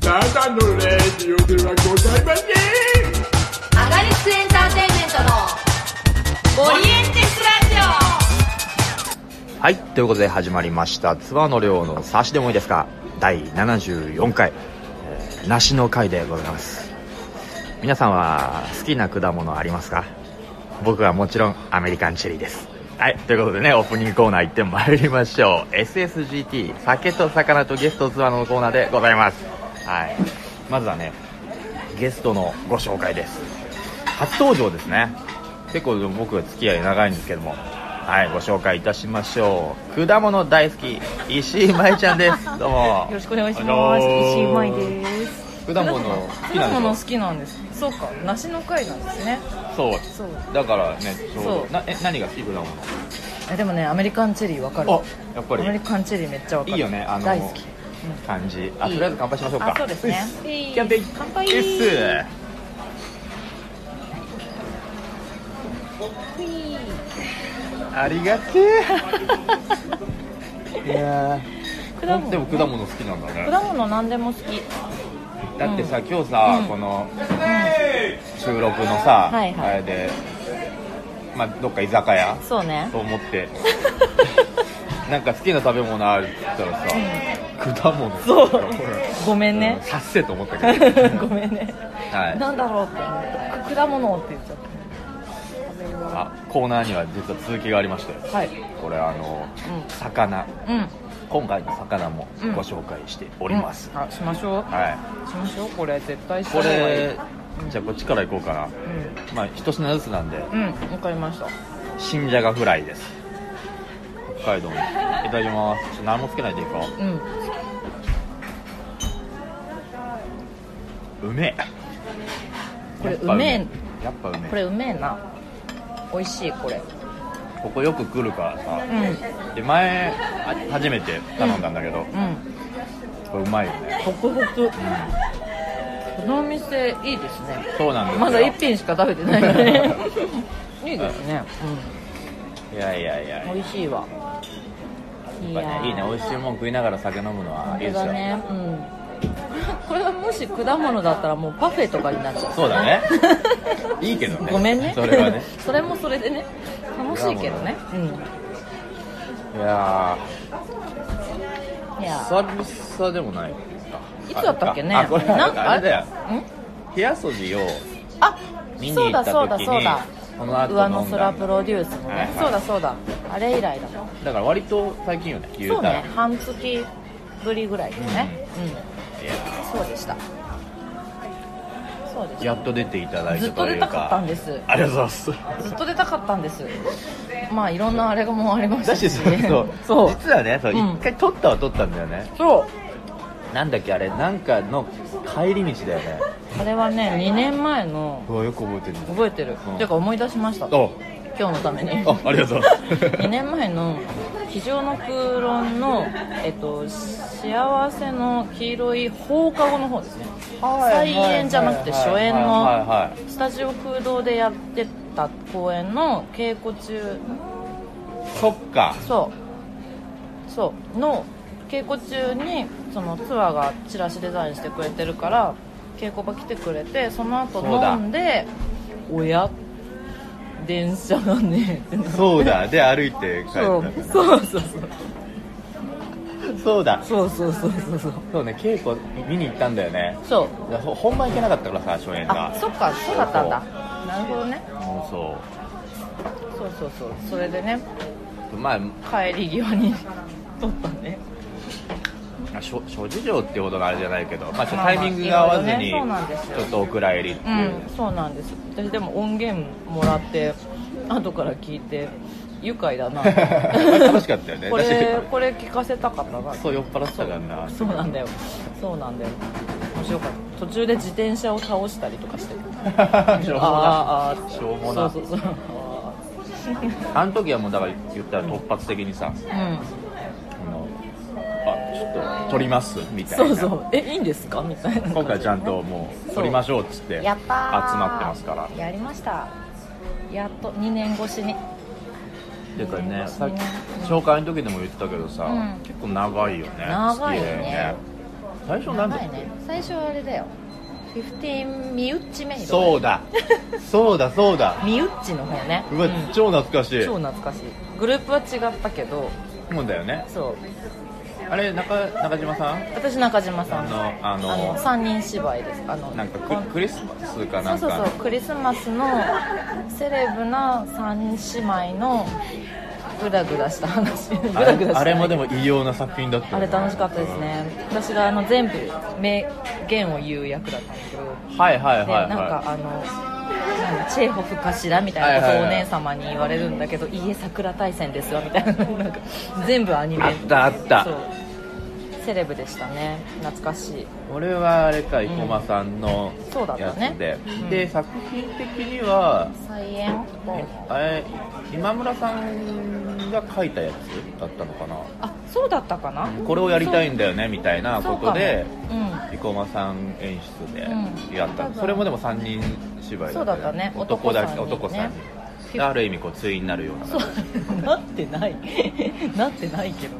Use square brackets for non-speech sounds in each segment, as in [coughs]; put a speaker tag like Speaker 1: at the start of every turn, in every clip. Speaker 1: ただのレディオではございません
Speaker 2: アガリスクエンターテインメントのオリエンテスラジ
Speaker 3: はい、ということで始まりました「ツアーの量の差しでもいいですか」第74回、えー梨の会でございます皆さんは好きな果物ありますか僕はもちろんアメリカンチェリーですはいということでねオープニングコーナー行ってまいりましょう SSGT 酒と魚とゲストツアーのコーナーでございますはいまずはねゲストのご紹介です初登場ですね結構僕は付き合い長いんですけどもはいご紹介いたしましょう果物大好き石井舞ちゃんですどうもよ
Speaker 4: よろしくお願いします。石井舞です。
Speaker 3: 果物好き
Speaker 4: 果
Speaker 3: なんで
Speaker 4: 物好
Speaker 3: すよ
Speaker 4: きなんです。そうか、梨の会なんですね。
Speaker 3: そう
Speaker 4: そう。
Speaker 3: だからねちょうど
Speaker 4: そう
Speaker 3: なえ何が好き果物
Speaker 4: えでもね、アメリカンチェリーわかる。
Speaker 3: あやっぱ
Speaker 4: アメリ
Speaker 3: り
Speaker 4: カンチェリーめっちゃわかる。
Speaker 3: いいよねあの
Speaker 4: 大好き。
Speaker 3: 感じあ
Speaker 4: いい
Speaker 3: とりあえず乾杯しましょうか
Speaker 4: あそうですね
Speaker 3: っすキャンペーン
Speaker 4: 乾杯
Speaker 3: うっすありがて
Speaker 4: [laughs]
Speaker 3: えいや
Speaker 4: 果
Speaker 3: ーでも
Speaker 4: 物。
Speaker 3: 果物好きなんだね
Speaker 4: 果物なんでも好き。
Speaker 3: だってさ今日さ、
Speaker 4: うん
Speaker 3: この収録のさ、
Speaker 4: はいはい
Speaker 3: あれで、まあ、どっか居酒屋
Speaker 4: そうね
Speaker 3: と。思ってなんか好きな食べ物あるって言ったらさ、果物
Speaker 4: そう
Speaker 3: ほら
Speaker 4: ごめんね
Speaker 3: うん。さっせと思ったけど
Speaker 4: [laughs] ごめんね。
Speaker 3: はい
Speaker 4: なんだろうって思った。果物って言っちゃっ
Speaker 3: あコーナーには実は続きがありましたよ
Speaker 4: た。はい。
Speaker 3: これあの
Speaker 4: う
Speaker 3: 魚
Speaker 4: ん。うん。
Speaker 3: 今回の魚もご紹介しております、
Speaker 4: うんあ、しましょう。
Speaker 3: はい
Speaker 4: しましょう。これ絶対した
Speaker 3: こ
Speaker 4: 方がいい。
Speaker 3: れじゃあこっちから行こうかなまあ一品ずつなんで
Speaker 4: うん。うん。わかりました。
Speaker 3: 新じゃがフライです北海道のいただきますちょっと何もつけないでいこ
Speaker 4: うん。
Speaker 3: ううめえ
Speaker 4: これ
Speaker 3: やっぱ
Speaker 4: うめ
Speaker 3: やっぱうめえ
Speaker 4: これうめえな。美味しいこれ。
Speaker 3: ここよく来るからさ、
Speaker 4: うん。
Speaker 3: で前あ初めて頼んだんだけど、
Speaker 4: うん、
Speaker 3: これうまいよね
Speaker 4: ホクホク。このお店いいですね。
Speaker 3: そうなんですよ
Speaker 4: まだ一品しか食べてないのね。 [laughs] いいですね。
Speaker 3: いやいやいや
Speaker 4: うん、美味しいわ。い
Speaker 3: やっぱねいいね美味しいもん食いながら酒飲むのはいいで
Speaker 4: 本当
Speaker 3: すよ
Speaker 4: だね。うん。これはもし果物だったらもうパフェとかになっち [laughs] ゃう。
Speaker 3: そうだねいいけどね
Speaker 4: ごめんね。
Speaker 3: それはね
Speaker 4: [laughs] それもそれでね。楽しいけどね。
Speaker 3: いや
Speaker 4: うん。
Speaker 3: ー
Speaker 4: いや。
Speaker 3: 久々でもない
Speaker 4: いつだったっけね。
Speaker 3: あこれ
Speaker 4: なん
Speaker 3: あれだよ
Speaker 4: ん
Speaker 3: 部屋そじを
Speaker 4: あ
Speaker 3: 見、に
Speaker 4: そ
Speaker 3: 行
Speaker 4: う
Speaker 3: っ
Speaker 4: だ
Speaker 3: た
Speaker 4: そうだ
Speaker 3: 時
Speaker 4: そう
Speaker 3: に
Speaker 4: だ。
Speaker 3: この後
Speaker 4: 上
Speaker 3: 飲
Speaker 4: の
Speaker 3: んだ
Speaker 4: 空プロデュースのね、
Speaker 3: はいはい
Speaker 4: そうだそうだあれ以来だ
Speaker 3: だから割と最近よね言
Speaker 4: そうう
Speaker 3: たら
Speaker 4: ね半月ぶりぐらいですねうん、
Speaker 3: いや
Speaker 4: そうでしたそうでし
Speaker 3: やっと出ていただい
Speaker 4: たず
Speaker 3: た
Speaker 4: っと
Speaker 3: とい
Speaker 4: 出
Speaker 3: う
Speaker 4: たかったん
Speaker 3: か
Speaker 4: です
Speaker 3: ありがとうござい
Speaker 4: [laughs]
Speaker 3: ます
Speaker 4: ずっと出たかったんですまあいろんなあれがもうありました
Speaker 3: だし
Speaker 4: し
Speaker 3: そうそう
Speaker 4: そう
Speaker 3: 実はねそう
Speaker 4: うん
Speaker 3: 一回撮ったは撮ったんだよね
Speaker 4: そう
Speaker 3: なんだっけあれなんかの帰り道だよね
Speaker 4: あれはね2年前の
Speaker 3: うわよく覚えてる
Speaker 4: 覚えてる、
Speaker 3: うん
Speaker 4: ていうか思い出しました今
Speaker 3: お
Speaker 4: 日のために
Speaker 3: あありがとうございます
Speaker 4: 2年前の「非常の空論の」えっと、幸せの黄色い放課後の方ですね
Speaker 3: [laughs] はい
Speaker 4: 再演じゃなくて初演の
Speaker 3: はいはいはい
Speaker 4: スタジオ空洞でやってた公演の稽古中
Speaker 3: そっか
Speaker 4: そうそうの稽古中にそのツアーがチラシデザインしてくれてるから稽古場来てくれてその後
Speaker 3: そうだ
Speaker 4: 飲んで「おや電車がね」ってなって
Speaker 3: そう [laughs] だで歩いて帰った
Speaker 4: そうそうそう
Speaker 3: そうだ
Speaker 4: そうそうそうそうそう
Speaker 3: そうね稽古見に行ったんだよね
Speaker 4: そう
Speaker 3: いやほ本番行けなかったからさ初演が
Speaker 4: あそっかそうだったんだなるほどね
Speaker 3: もうそ
Speaker 4: そうそうそうそれでね
Speaker 3: うまあ
Speaker 4: 帰り際に撮ったね
Speaker 3: 諸諸事情ってほどのあれじゃないけど、まあ、ちょっと
Speaker 4: まあま
Speaker 3: タ
Speaker 4: あ
Speaker 3: イミングが合わず
Speaker 4: い
Speaker 3: に
Speaker 4: ろいろねそうなんですよ
Speaker 3: ちょっとお蔵入りって
Speaker 4: う
Speaker 3: い
Speaker 4: ん
Speaker 3: う、
Speaker 4: そうなんです私でも音源もらって後から聞いて愉快だな
Speaker 3: 楽しかったよね
Speaker 4: [laughs] こ
Speaker 3: だ
Speaker 4: れ
Speaker 3: し
Speaker 4: これ聞かせたかったな
Speaker 3: そう酔っ払ってたから
Speaker 4: [laughs]
Speaker 3: な
Speaker 4: そうなんだよそうなんだよ面白かった途中で自転車を倒したりとかし
Speaker 3: し
Speaker 4: て
Speaker 3: ょうもな
Speaker 4: あーあー
Speaker 3: しょうもな
Speaker 4: そうそうそう
Speaker 3: あの時はもうだから言ったら突発的にさ、
Speaker 4: うん
Speaker 3: あのあちょっと撮りますみたいな
Speaker 4: そうそうえいいんですかみたいな
Speaker 3: 今回ちゃんともう撮りましょうっつって集
Speaker 4: やったー
Speaker 3: まってますから
Speaker 4: やりましたやっと2年越しに
Speaker 3: ていうかねさっき
Speaker 4: うん
Speaker 3: 紹介の時でも言ったけどさ、
Speaker 4: うん
Speaker 3: 結構長いよね
Speaker 4: 長いよ
Speaker 3: 付
Speaker 4: ね
Speaker 3: き合いね最初なんだ
Speaker 4: 長いね最初はあれだよ15身内メイド
Speaker 3: そう
Speaker 4: う
Speaker 3: だそうだそうだ
Speaker 4: 身内の方ね
Speaker 3: うわ、
Speaker 4: ん
Speaker 3: 超懐かしい
Speaker 4: 超懐かしいグループは違ったけど
Speaker 3: もんだよね
Speaker 4: そう
Speaker 3: あれ中中島さん
Speaker 4: 私中島さん
Speaker 3: のあの
Speaker 4: あの三人芝居ですあの
Speaker 3: なんかククリスマスか
Speaker 4: そ
Speaker 3: な
Speaker 4: うんそうそう
Speaker 3: か
Speaker 4: クリスマスのセレブな三姉妹のグダグダした話グ
Speaker 3: あ
Speaker 4: ダグ
Speaker 3: れ
Speaker 4: ダした
Speaker 3: あれもでも異様な作品だったよ
Speaker 4: あ
Speaker 3: ね
Speaker 4: れ楽しかったですね私があの全部名言を言う役だったんだけど
Speaker 3: はいはいはい
Speaker 4: で
Speaker 3: は
Speaker 4: ないんかあのなんチェーホフかしらみたいなことをお姉様に言われるんだけど「いいえ桜大戦ですわ」みたいななんか全部アニメ
Speaker 3: あったあった
Speaker 4: そうセレブでしたね懐かしい
Speaker 3: 俺はあれか生駒さんの
Speaker 4: そうだった
Speaker 3: やつで
Speaker 4: ね、うん
Speaker 3: で作品的には
Speaker 4: 菜園
Speaker 3: えあれ今村さんが書いたやつだったのかな
Speaker 4: あそうだったかな
Speaker 3: これをやりたいんだよねみたいなことで
Speaker 4: そうかも
Speaker 3: 生駒さん演出でやった、
Speaker 4: うん
Speaker 3: それもでも3人芝居
Speaker 4: そうだったね
Speaker 3: 男だけ男
Speaker 4: 男
Speaker 3: 3
Speaker 4: 三人ね
Speaker 3: 人ある意味こう対になるような
Speaker 4: そう [laughs] なってないなってないけど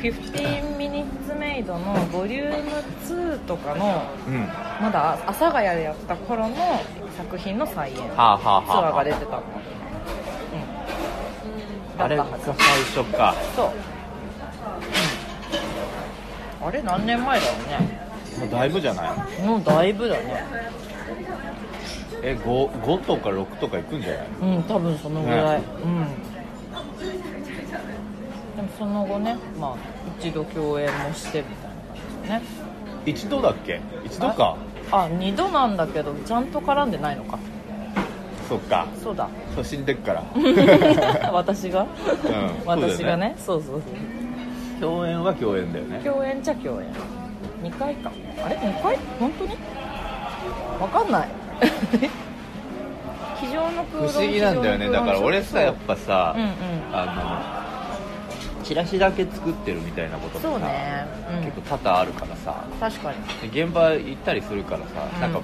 Speaker 4: 15ミニッツメイドのボリューム2とかの
Speaker 3: うんは
Speaker 4: まだ阿佐ヶ谷でやってた頃の作品の再演
Speaker 3: あはあは
Speaker 4: ツ
Speaker 3: あ
Speaker 4: アー
Speaker 3: は
Speaker 4: が出てたのうん
Speaker 3: あれ
Speaker 4: だ
Speaker 3: が
Speaker 4: ったはず
Speaker 3: 最初か
Speaker 4: そう、うんあれ何年前だろうね
Speaker 3: もうだいぶじゃない
Speaker 4: もうだいぶだね
Speaker 3: え五 5, 5とか6とかいくんじゃない
Speaker 4: うん多分そのぐらい、
Speaker 3: ね
Speaker 4: うんでもその後ねまあ一度共演もしてみたいな感じだね
Speaker 3: 一度だっけ一度か
Speaker 4: あ二度なんだけどちゃんと絡んでないのか
Speaker 3: そっか
Speaker 4: そ
Speaker 3: [laughs]
Speaker 4: うだ
Speaker 3: そう死んでっから
Speaker 4: [laughs] 私が、私がねそうそうそう
Speaker 3: 共演は共演だよね
Speaker 4: 共演っちゃ共演2回かあれ2回本当にわかん [laughs] ない机上の
Speaker 3: 不
Speaker 4: 空論
Speaker 3: 思議なんだよね
Speaker 4: 机
Speaker 3: だ
Speaker 4: 上の空論
Speaker 3: から俺さやっぱさ、
Speaker 4: うんうん
Speaker 3: あのチラシだけ作ってるみたいなことってさ
Speaker 4: そうねうん
Speaker 3: 結構多々あるからさ
Speaker 4: 確かに
Speaker 3: で現場行ったりするからさ、
Speaker 4: うん
Speaker 3: なんか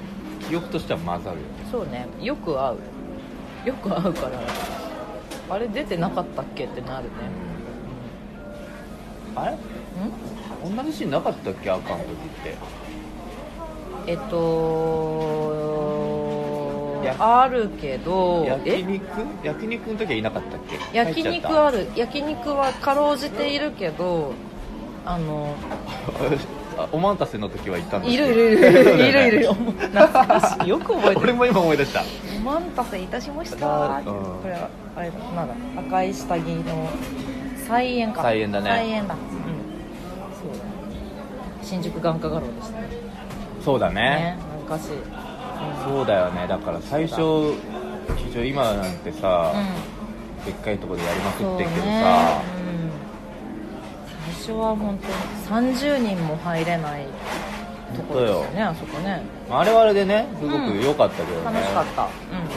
Speaker 3: 記憶としては混ざるよね
Speaker 4: そうねよく会うよく会うからあれ出てなかったっけってなるね
Speaker 3: あれ
Speaker 4: うん
Speaker 3: 同じシーンなかったっけアカン時って
Speaker 4: えっと
Speaker 3: や
Speaker 4: あるけど
Speaker 3: 焼
Speaker 4: え
Speaker 3: 肉焼肉の時はいなかったっけ
Speaker 4: 焼肉
Speaker 3: 入っ
Speaker 4: ある焼肉はかろうじているけどあの
Speaker 3: ちゃったあお待たせの時はいたんだっけ
Speaker 4: い [laughs] るいるいるい
Speaker 3: そうだ
Speaker 4: るいるい
Speaker 3: よね [laughs]
Speaker 4: る懐かしいよく覚えて
Speaker 3: 俺
Speaker 4: る
Speaker 3: も今思い出した
Speaker 4: お待たせいたしました
Speaker 3: あーうん
Speaker 4: これはあれなんだ赤い下着の菜園か
Speaker 3: 菜園だね
Speaker 4: 菜園だうんそうだ新宿眼科画廊でしたね
Speaker 3: そうだね
Speaker 4: ね懐かしい
Speaker 3: そうだよねだから最初非常に今なんてさ、
Speaker 4: う
Speaker 3: でっかいとこでやりまく
Speaker 4: ん、そう
Speaker 3: って
Speaker 4: ね
Speaker 3: るけどさ、
Speaker 4: うん、最初は本当に30人も入れないところでしたねあそこね
Speaker 3: まああれはあれでねすごく
Speaker 4: うん
Speaker 3: 良かったけどね、
Speaker 4: 楽しかった、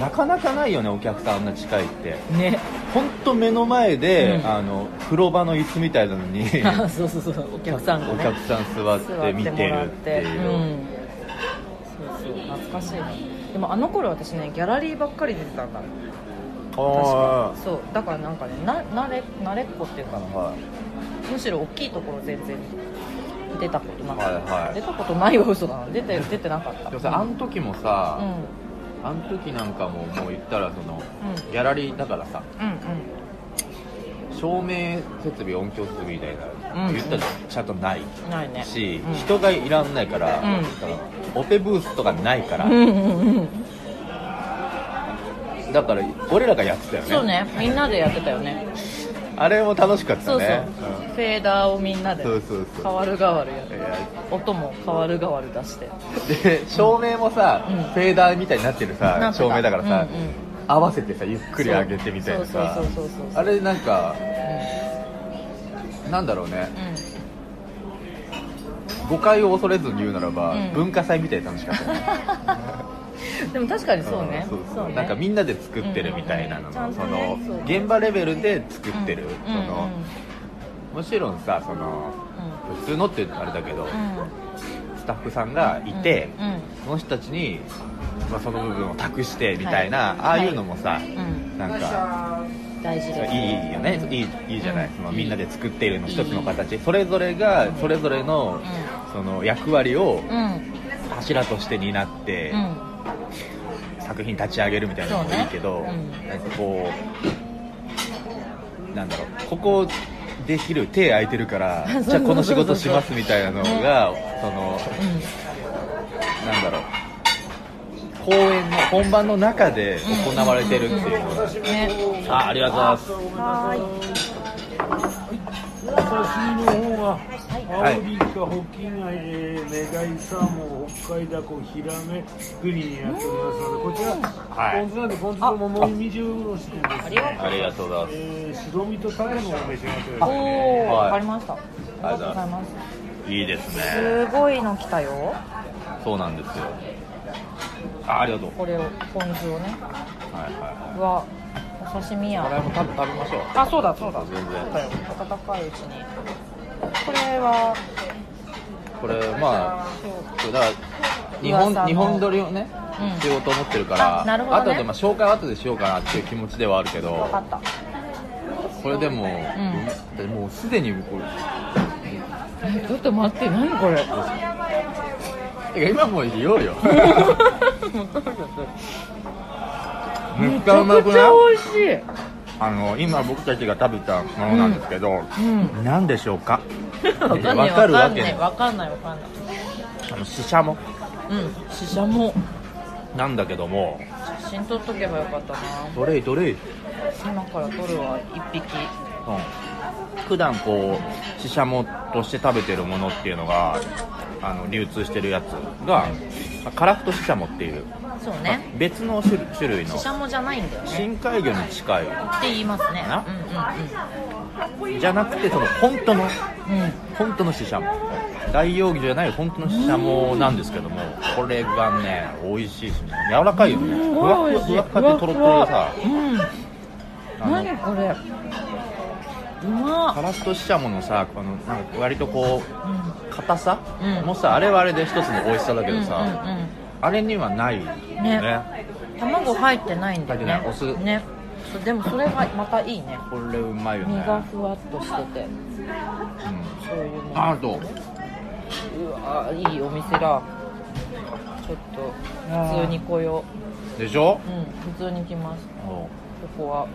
Speaker 3: なかなかないよねお客さんあんな近いって
Speaker 4: うん、ね
Speaker 3: 本当目の前で、
Speaker 4: うん
Speaker 3: あの風呂場の椅子みたいなのに
Speaker 4: あ [laughs] そうそうそうお客さんがね
Speaker 3: お客さん座って見てるっていう、
Speaker 4: ん、そうそう懐かしいなでもあの頃私ねギャラリーばっかり出てたんだ確
Speaker 3: あ
Speaker 4: かそうだからなんかねな慣れ慣れっこっていう
Speaker 3: あ
Speaker 4: か
Speaker 3: は
Speaker 4: むしろ大きいところ全然出たことなかった、
Speaker 3: はいはい
Speaker 4: 出たことないは嘘だな出て出てなかっ
Speaker 3: い
Speaker 4: た
Speaker 3: でもさあの時もさ、
Speaker 4: うんうん
Speaker 3: あの時なんかももう言ったらその、
Speaker 4: うん
Speaker 3: ギャラリーだからさ
Speaker 4: う
Speaker 3: 照明設備音響設備みたいな、
Speaker 4: うん
Speaker 3: 言ったらちゃんとない
Speaker 4: んないね
Speaker 3: し、
Speaker 4: うん
Speaker 3: 人がいらんないから、
Speaker 4: うん
Speaker 3: だからオペブースとかないから、
Speaker 4: うんうんうん
Speaker 3: だから俺らがやってたよね
Speaker 4: そうねみんなでやってたよね
Speaker 3: あれも楽しかっ
Speaker 4: そ
Speaker 3: た
Speaker 4: うそう、
Speaker 3: ね
Speaker 4: フェーダーをみんなで
Speaker 3: そうそうそう
Speaker 4: 変わる変わるや
Speaker 3: う
Speaker 4: っ
Speaker 3: ん
Speaker 4: て
Speaker 3: いや
Speaker 4: 音も変わる変わる出して
Speaker 3: で照明もさ、
Speaker 4: うん
Speaker 3: フェーダーみたいになってる
Speaker 4: な
Speaker 3: さ
Speaker 4: ってた
Speaker 3: 照明だからさ、
Speaker 4: うんうん
Speaker 3: 合わせてさゆっくり上げてみたいなさ
Speaker 4: そうそうそうそうそ
Speaker 3: あ
Speaker 4: う
Speaker 3: れなんか
Speaker 4: う
Speaker 3: なんだろうね
Speaker 4: んうん
Speaker 3: 誤解を恐れずに言うならば、
Speaker 4: うん
Speaker 3: 文化祭みたいで楽しかったよね
Speaker 4: でも確かに [laughs] そうね
Speaker 3: ん。そうそう
Speaker 4: そうね
Speaker 3: なんかみんなで作ってるみたいなの
Speaker 4: うんうん
Speaker 3: も、
Speaker 4: うんち
Speaker 3: そ
Speaker 4: ゃんと
Speaker 3: の
Speaker 4: ねそう
Speaker 3: 現場レベルで作ってる、
Speaker 4: うん
Speaker 3: その、もちろんさその普通のって言うとあれだけど、
Speaker 4: うんうんうん
Speaker 3: スタッフさんがいて、
Speaker 4: うんうん
Speaker 3: その人たちに、まあ、その部分を託してみたいな、
Speaker 4: はい
Speaker 3: ああいうのもさ、
Speaker 4: ん
Speaker 3: なんか
Speaker 4: 大事
Speaker 3: いい
Speaker 4: で
Speaker 3: よ
Speaker 4: す。
Speaker 3: ね、いいいいじゃない、
Speaker 4: うん
Speaker 3: そのみんなで作っているの一つの形、それぞれがそれぞれの
Speaker 4: う
Speaker 3: その役割を
Speaker 4: うん
Speaker 3: 柱として担って、
Speaker 4: うん
Speaker 3: 作品立ち上げるみたいなのも
Speaker 4: そうね
Speaker 3: いいけど、
Speaker 4: うん
Speaker 3: なんかこうなんだろうここできる手空いてるから
Speaker 4: [laughs] そうそうそうそう
Speaker 3: じゃあこの仕事しますみたいなのがそのなんだろう公演の本番の中で行われてるっていうのが、
Speaker 4: うんね
Speaker 3: あありがとうございます
Speaker 1: の方が
Speaker 3: は
Speaker 1: ア
Speaker 3: い
Speaker 1: オリイカ、ホッキ貝、えーメガイサーモン、北海ダコ、ヒラメ、グリーンになっておりますので、こちら、
Speaker 3: はい
Speaker 1: ポン酢なんで、ポン酢と桃煮汁をしてですね、
Speaker 3: ありがとうございます
Speaker 1: えー白身とタレのお召し上がってく
Speaker 4: お
Speaker 1: ださい。
Speaker 4: お
Speaker 3: はい
Speaker 4: わかりましたあり
Speaker 3: が
Speaker 4: が
Speaker 3: と
Speaker 4: と
Speaker 3: うござ
Speaker 4: うござ
Speaker 3: い
Speaker 4: います
Speaker 3: いいですね
Speaker 4: すごいの来たよ
Speaker 3: そうなんですよあありがとう
Speaker 4: これをポン酢
Speaker 3: はいは
Speaker 4: をね
Speaker 3: いは
Speaker 4: うわお刺身
Speaker 3: いこれ
Speaker 4: や
Speaker 3: も食べ食べましょう
Speaker 4: あそうだそうだ
Speaker 3: 全然
Speaker 4: そうだよ温かいうちにこれは
Speaker 3: これまあ
Speaker 4: そう
Speaker 3: そうだから日本
Speaker 4: 噂の
Speaker 3: 日本撮りをね、
Speaker 4: うん
Speaker 3: しようと思ってるから
Speaker 4: あなるほどね
Speaker 3: 後でまあ紹介は後でしようかなっていう気持ちではあるけど
Speaker 4: 分かった
Speaker 3: これでも、
Speaker 4: ん
Speaker 3: でもうすでにこれ
Speaker 4: えちょっと待って何これ
Speaker 3: てか今もう言おう
Speaker 4: [laughs]
Speaker 3: よめ
Speaker 4: め
Speaker 3: っ
Speaker 4: ち
Speaker 3: ちゃう
Speaker 4: ゃ
Speaker 3: ま
Speaker 4: く
Speaker 3: く
Speaker 4: ち
Speaker 3: ない
Speaker 4: ゃ美味しい
Speaker 3: あの今僕たちが食べたものなんですけど、
Speaker 4: う
Speaker 3: 何でしょうか
Speaker 4: [laughs] わかんない
Speaker 3: わかるわけない
Speaker 4: わかんないわかんない
Speaker 3: あのシシャモ
Speaker 4: うんシシャモ
Speaker 3: なんだけども
Speaker 4: 写真撮っとけばよかったな
Speaker 3: どれどれ、うん、
Speaker 4: 今から撮るわ一匹
Speaker 3: 普段こうシシャモとして食べてるものっていうのがあの流通してるやつがまあカラフトシシャモっていう
Speaker 4: そうね
Speaker 3: 別の種類種類の
Speaker 4: シシャモじゃないんだよね
Speaker 3: 深海魚に近い
Speaker 4: って言いますね
Speaker 3: な
Speaker 4: う
Speaker 3: じゃなくてその本当の
Speaker 4: んうんうんうん
Speaker 3: 本当のシシャモ大容器じゃない本当のシシャモなんですけどもこれがね美味しいしね柔らかいよねふわふわふわふわってとろとろでさ
Speaker 4: うん
Speaker 3: あの
Speaker 4: 何これうま
Speaker 3: カ
Speaker 4: っ
Speaker 3: ラスとシシャモのさこのなんか割とこう
Speaker 4: うん
Speaker 3: 硬さ、
Speaker 4: うん
Speaker 3: もさあれはあれで一つの美味しさだけどさ、
Speaker 4: うんうん
Speaker 3: あれにはないよね
Speaker 4: ねうん卵入ってないんだよね
Speaker 3: 入ってないお酢
Speaker 4: ねそうでもそれがまたいいね
Speaker 3: これうまいよ
Speaker 4: 身
Speaker 3: ね
Speaker 4: がふわっとしてて
Speaker 3: うん
Speaker 4: そういうの
Speaker 3: あと
Speaker 4: うわいいお店だちょっと普通に来よ
Speaker 3: でしょ
Speaker 4: ううん普通に来ます
Speaker 3: も
Speaker 4: ここは
Speaker 3: う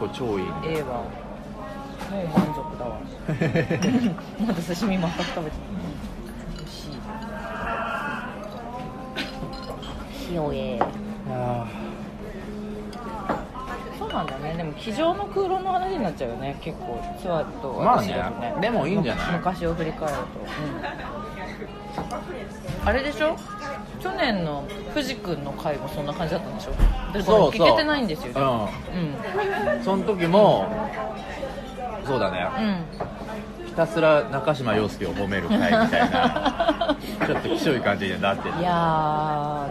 Speaker 3: ここ超いいね
Speaker 4: ええわもう満足だわまだ刺身全く食べ
Speaker 3: [laughs]
Speaker 4: てない美味しいひよえそうなんだよねでも机上の空論の話になっちゃうよね結構ツアーと私だと
Speaker 3: まあねでもいいんじゃない
Speaker 4: 昔を振り返ると、うんあれでしょ去年の藤君の回もそんな感じだったんでしょで
Speaker 3: そうそう
Speaker 4: 聞けてないんですよう
Speaker 3: うんんその時もそうだね
Speaker 4: うん
Speaker 3: ひたすら中島陽介を褒める会みたいな
Speaker 4: [laughs]
Speaker 3: ちょっときしょい感じになって
Speaker 4: いや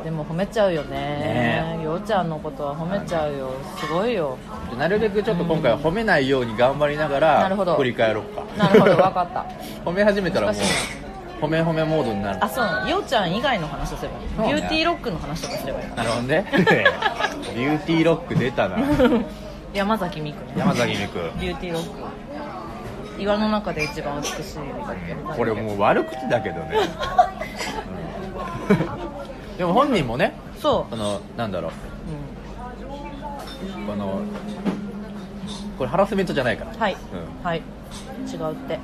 Speaker 4: ーでも褒めちゃうよね
Speaker 3: ね
Speaker 4: ようちゃんのことは褒めちゃうよすごいよ
Speaker 3: なるべくちょっと今回は褒めないように頑張りなが
Speaker 4: なるほど
Speaker 3: ら振り返ろうか
Speaker 4: なるほど分かった
Speaker 3: 褒め始めたらも
Speaker 4: 難し
Speaker 3: う褒め褒めモードになる
Speaker 4: あそうなのようちゃん以外の話をすればいい、
Speaker 3: そうね
Speaker 4: ビューティーロックの話とかすればいいか
Speaker 3: な
Speaker 4: な
Speaker 3: るほど
Speaker 4: [laughs]
Speaker 3: ねビューティーロック出たな
Speaker 4: [laughs] 山崎美久ね
Speaker 3: 山崎美久
Speaker 4: ビューティーロック岩の中で一番美しいだっけ
Speaker 3: これもう悪口だけどね、うんでも本人もね
Speaker 4: そ
Speaker 3: このなんだろう
Speaker 4: う、
Speaker 3: このこれハラスメントじゃないから
Speaker 4: うん、はい、はい違うって、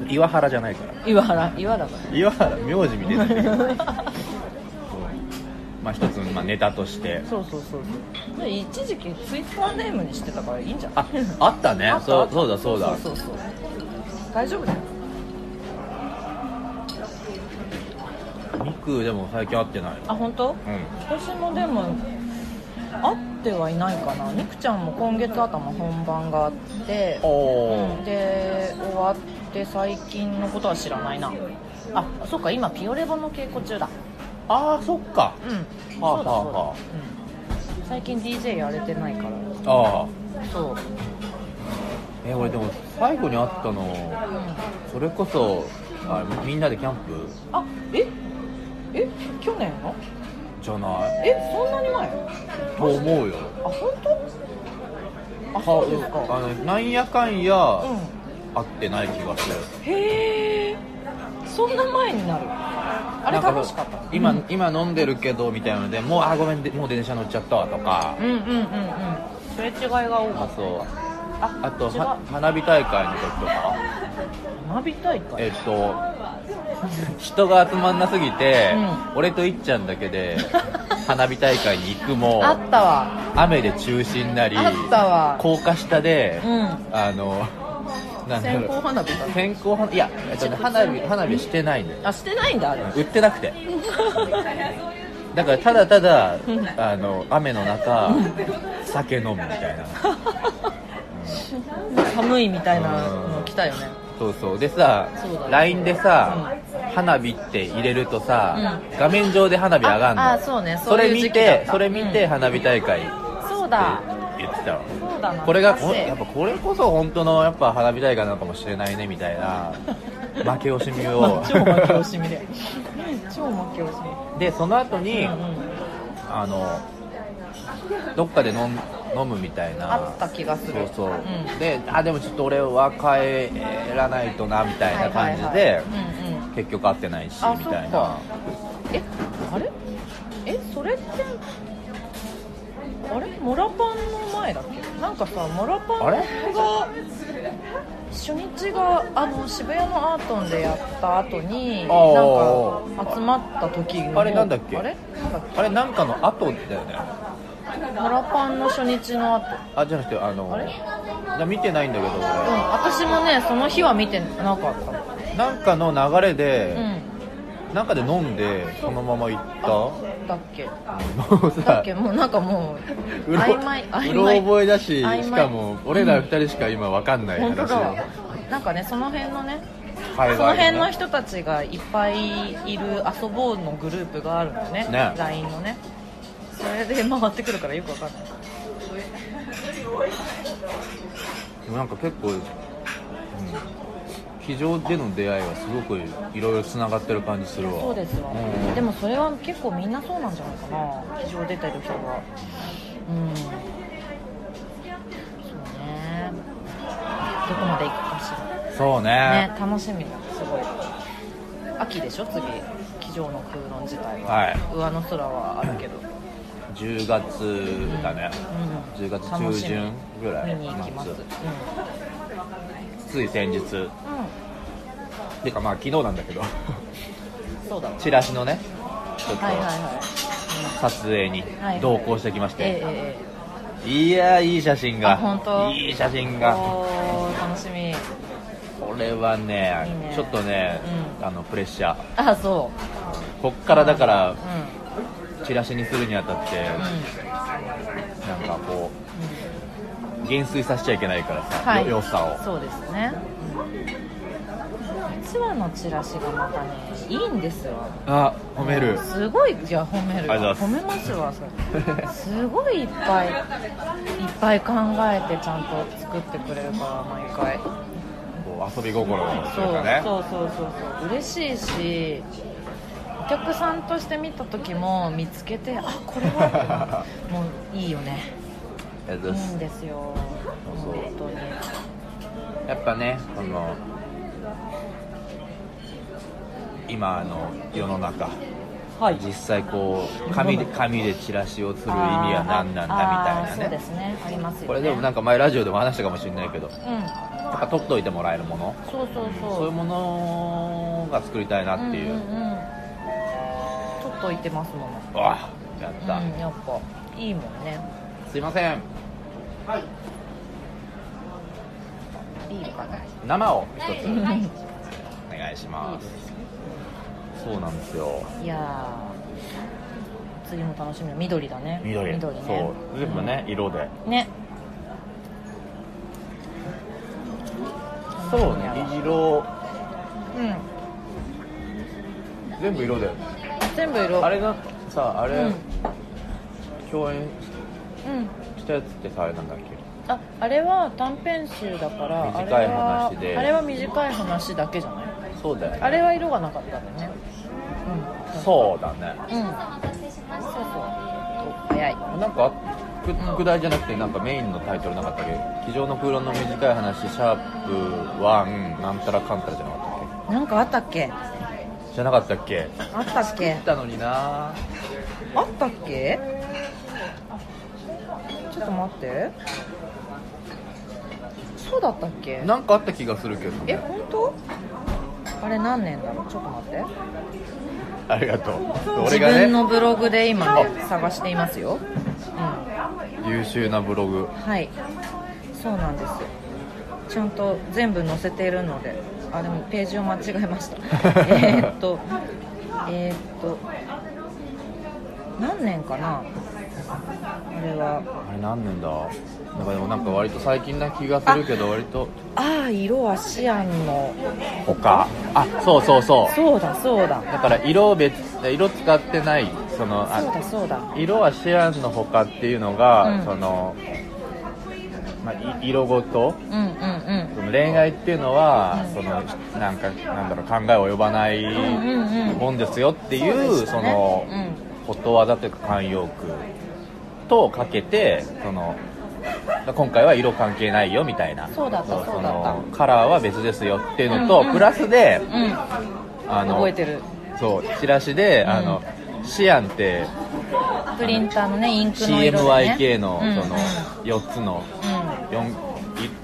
Speaker 3: うん、岩原じゃないから
Speaker 4: うん、岩原岩だか
Speaker 3: 岩原名字みたい
Speaker 4: ら
Speaker 3: な [laughs] まあ一つのまあネタとして
Speaker 4: そうそうそうそうで一時期ツイッターネームにしてたからいいんじゃない
Speaker 3: ああったね
Speaker 4: あった
Speaker 3: そ
Speaker 4: あ
Speaker 3: う
Speaker 4: った
Speaker 3: そうだそうだ
Speaker 4: そうそうそう大丈夫だよ
Speaker 3: ミクでも最近会ってない
Speaker 4: あ本当？
Speaker 3: うん
Speaker 4: 私もでも会ってはいないかなみくちゃんも今月頭本番があって
Speaker 3: おお
Speaker 4: うんで終わって最近のことは知らないなあそっか今ピオレボの稽古中だ
Speaker 3: ああそっか
Speaker 4: うん
Speaker 3: はあ
Speaker 4: そうだそうだ
Speaker 3: はあはあ
Speaker 4: うん最近 DJ やれてないか
Speaker 3: あ
Speaker 4: ら
Speaker 3: あ
Speaker 4: そう、
Speaker 3: え俺でも最後に会ったの
Speaker 4: うん
Speaker 3: それこそあみんなでキャンプ
Speaker 4: あええ去年の
Speaker 3: じゃない
Speaker 4: えそんなに前
Speaker 3: と思うよ
Speaker 4: あ本当あそうです
Speaker 3: あ
Speaker 4: か
Speaker 3: のなんやかんや
Speaker 4: うん
Speaker 3: 会ってない気がする
Speaker 4: へえそんな前になるあれ楽しかった
Speaker 3: 今今飲んでるけどみたいなのでもうあごめんでもう電車乗っちゃったわとか
Speaker 4: うんうんうんうんすれ違いが多か
Speaker 3: あ
Speaker 4: っ
Speaker 3: そう
Speaker 4: たあ
Speaker 3: あと
Speaker 4: 違
Speaker 3: は
Speaker 4: う
Speaker 3: 花火大会の時とか
Speaker 4: 花火大会
Speaker 3: えっと人が集まんなすぎて、
Speaker 4: う
Speaker 3: 俺といっちゃんだけで花火大会に行くも
Speaker 4: あったわ
Speaker 3: 雨で中止になり
Speaker 4: あったわ
Speaker 3: 高架下で、
Speaker 4: うん
Speaker 3: あのなんだ
Speaker 4: 線
Speaker 3: ろ
Speaker 4: 香
Speaker 3: う
Speaker 4: 花火だね
Speaker 3: 線香花いや、えっとね、花火花火してないのよ
Speaker 4: あしてないんだあれ
Speaker 3: 売ってなく
Speaker 4: [laughs]
Speaker 3: てだからただただ
Speaker 4: うん
Speaker 3: あの雨の中酒飲むみたいな
Speaker 4: 寒いみたいなの来たよね
Speaker 3: そうそうでさ
Speaker 4: そうだね
Speaker 3: LINE でさ、花火って入れるとさ、
Speaker 4: う
Speaker 3: 画面上で花火上がんの
Speaker 4: ああそうね
Speaker 3: そ
Speaker 4: そう
Speaker 3: れ
Speaker 4: いう時
Speaker 3: 見
Speaker 4: 期だってた
Speaker 3: それ見て
Speaker 4: うん
Speaker 3: 花火大会って
Speaker 4: そうだ
Speaker 3: 言ってたわ
Speaker 4: そうだな
Speaker 3: これが
Speaker 4: 懐
Speaker 3: こ
Speaker 4: かしい
Speaker 3: やっぱこれこそ本当のやっぱ花火大会なのかもしれないねみたい
Speaker 4: [laughs]
Speaker 3: な負け惜しみを
Speaker 4: まあ超負け惜しみで [laughs] 超負け惜し
Speaker 3: でその後に、
Speaker 4: み、うん、
Speaker 3: あのどっかで飲む飲むみたいな
Speaker 4: あった気がする
Speaker 3: そうそう、
Speaker 4: うん
Speaker 3: であでもちょっと俺は帰らないとなみたいな感じで、
Speaker 4: はいはいはいうんうん
Speaker 3: 結局会ってないし
Speaker 4: あ
Speaker 3: みたい
Speaker 4: そ
Speaker 3: な
Speaker 4: えあれえそれってあれモラパンの前だっけなんかさモラパン
Speaker 3: あれ
Speaker 4: が初日があの渋谷のアートンでやった後に
Speaker 3: あー
Speaker 4: なんか集まった時の
Speaker 3: あれなんだっけ
Speaker 4: あれなんだっ
Speaker 3: あれなんかの後だよね
Speaker 4: けモラパンの初日の後
Speaker 3: あじゃなくてあの
Speaker 4: あれ
Speaker 3: な見てないんだけど
Speaker 4: うん
Speaker 3: 俺
Speaker 4: 私もねその日は見てなかっ
Speaker 3: なんかの流れ
Speaker 4: た
Speaker 3: で
Speaker 4: う、ん
Speaker 3: なんかで飲んでそのまま行っ
Speaker 4: だっけ
Speaker 3: たもう
Speaker 4: だっ
Speaker 3: さ
Speaker 4: けもうなんかも
Speaker 3: [laughs]
Speaker 4: う
Speaker 3: うろ
Speaker 4: 曖昧曖昧
Speaker 3: うろ覚えだし
Speaker 4: 曖昧
Speaker 3: しかも俺ら二人しか今わかんない
Speaker 4: 本当
Speaker 3: 話
Speaker 4: だ
Speaker 3: を
Speaker 4: わなんかねその辺のね
Speaker 3: 海外
Speaker 4: その辺の人たちがいっぱいいる遊ぼうのグループがあるんだね
Speaker 3: ね
Speaker 4: LINE のねそれで回ってくるからよくわかんない
Speaker 3: でもなんか結構、うん、非常での出会いはすごくいろいろつながってる感じするわ
Speaker 4: そうですわ、
Speaker 3: うん
Speaker 4: でもそれは結構みんなそうなんじゃないかな非常出てる人はうんそうねどこまで行くかし
Speaker 3: そうね
Speaker 4: らね楽しみだすごい秋でしょ次机上の空論自体は、
Speaker 3: はい
Speaker 4: 上の空はあるけど
Speaker 3: 10月だね、
Speaker 4: うん
Speaker 3: 10月中旬ぐらい
Speaker 4: 見に行きます、うん
Speaker 3: 夏つい先日てかまあ昨日なんだけ
Speaker 4: [laughs]
Speaker 3: ど
Speaker 4: うん、そうだわ
Speaker 3: チラシのねちょっ
Speaker 4: はいはい
Speaker 3: と
Speaker 4: はい
Speaker 3: 撮影に
Speaker 4: はい
Speaker 3: 同行してきまし
Speaker 4: ええ
Speaker 3: て、
Speaker 4: ええ
Speaker 3: いやーいい写真
Speaker 4: あ
Speaker 3: が
Speaker 4: 本当
Speaker 3: いい写真
Speaker 4: ええ
Speaker 3: が
Speaker 4: おー楽しみ
Speaker 3: これはね
Speaker 4: いいね
Speaker 3: ちょっとね、
Speaker 4: う
Speaker 3: あのプレッシャー
Speaker 4: あそ
Speaker 3: こっからだから
Speaker 4: うう
Speaker 3: チラシにするにあたって、
Speaker 4: んうん
Speaker 3: なんかこう減衰させちゃいけないからさ、
Speaker 4: はい
Speaker 3: よ良さを
Speaker 4: そうですねうんツアーのチラシがまたねいいんですよ
Speaker 3: あ褒める
Speaker 4: すごいいや褒める
Speaker 3: ありが
Speaker 4: よ
Speaker 3: と
Speaker 4: 褒
Speaker 3: うござ
Speaker 4: め
Speaker 3: い
Speaker 4: ますわそれすごいいっぱいいっぱい考えてちゃんと作ってくれるから毎回
Speaker 3: こう遊び心という
Speaker 4: そう
Speaker 3: かね
Speaker 4: そうそうそうそう嬉しいしお客さんとして見た時も見つけてあこれ
Speaker 3: [laughs]
Speaker 4: はもういいよね
Speaker 3: ありが
Speaker 4: い
Speaker 3: とうござい
Speaker 4: い
Speaker 3: ま
Speaker 4: んですよ
Speaker 3: そう
Speaker 4: 本当に
Speaker 3: すやっぱねその今の世の中
Speaker 4: はい
Speaker 3: 実際こう紙で紙でチラシをする意味は何なんだみたい
Speaker 4: あーあーそ
Speaker 3: な
Speaker 4: うで
Speaker 3: ね
Speaker 4: すねありますよね
Speaker 3: これでもなんか前ラジオでも話したかもしれないけどやっ
Speaker 4: うん
Speaker 3: ぱ取っといてもらえるもの
Speaker 4: そうそうそう
Speaker 3: そういうものが作りたいなっていう、
Speaker 4: んんうんちょっといてますもの
Speaker 3: うわやった、
Speaker 4: うんやっぱいいもんね
Speaker 3: すいません
Speaker 4: ビールかな
Speaker 3: 生を一つ
Speaker 4: うん
Speaker 3: お願いしますそうなんですよ
Speaker 4: いやー次も楽しみだ緑だね
Speaker 3: 緑
Speaker 4: 緑ね
Speaker 3: そう全部ね、色で
Speaker 4: うんね
Speaker 3: そうね色
Speaker 4: うん
Speaker 3: 全部色だよね
Speaker 4: 全部色
Speaker 3: あれがさあ
Speaker 4: う
Speaker 3: れ、
Speaker 4: んうん
Speaker 3: 共演したやつってさあれなんだっけ
Speaker 4: ああれは短編集だから
Speaker 3: 短い話で
Speaker 4: あれはあれは短い話だけじゃない
Speaker 3: そうだよ、ね、
Speaker 4: あれは色がなかったんだよね
Speaker 3: そうだね
Speaker 4: うんうんそうそうお早い
Speaker 3: なんかく副題じゃなくてなんかメインのタイトルなかったっけ「机上の空論の短い話」「シャープワンなんたらかんたら」じゃなかったっ
Speaker 4: なんかあったっけ
Speaker 3: じゃなかったっけ
Speaker 4: あったっけ
Speaker 3: 行ったのにな
Speaker 4: あったっけちょっと待ってそうだったっけ
Speaker 3: なんかあった気がするけど
Speaker 4: え
Speaker 3: ね
Speaker 4: 本当あれ何年だろうちょっと待って
Speaker 3: ありがとう
Speaker 4: 自
Speaker 3: 俺が
Speaker 4: 分の
Speaker 3: ね
Speaker 4: ブログで今ね探していますよ、う
Speaker 3: 優秀なブログ
Speaker 4: ん、はいそうなんですちゃんと全部載せているのであでもページを間違えました
Speaker 3: [laughs]
Speaker 4: えーっとえーっと何年かなあれは
Speaker 3: あれ何年だなんかでもなんか割と最近な気がするけど割と
Speaker 4: ああ色はシアンの
Speaker 3: 他あそうそうそう
Speaker 4: そうだそうだ
Speaker 3: だから色を別色使ってないそのあ
Speaker 4: そうだそうだ
Speaker 3: 色はシアンの他っていうのが、
Speaker 4: うん
Speaker 3: その、まあ、い色ごと
Speaker 4: うんうんうん
Speaker 3: その恋愛っていうのは、
Speaker 4: うん
Speaker 3: そのなんかなんだろう考え及ばない
Speaker 4: んうん
Speaker 3: もんですよっていう,、
Speaker 4: そう
Speaker 3: そ
Speaker 4: でしたね
Speaker 3: の、
Speaker 4: う
Speaker 3: ことわざというか慣用句とかけてその今回は色関係ないよみたいな
Speaker 4: そうだった
Speaker 3: の
Speaker 4: そうだった
Speaker 3: カラーは別ですよっていうのと、
Speaker 4: うんうん
Speaker 3: プラスで
Speaker 4: うん
Speaker 3: あの
Speaker 4: 覚えてる
Speaker 3: そうチラシで、あのシアンって
Speaker 4: プリンターのねインクの色で、ね、
Speaker 3: CMYK の
Speaker 4: うん
Speaker 3: その4つの
Speaker 4: う
Speaker 3: 四い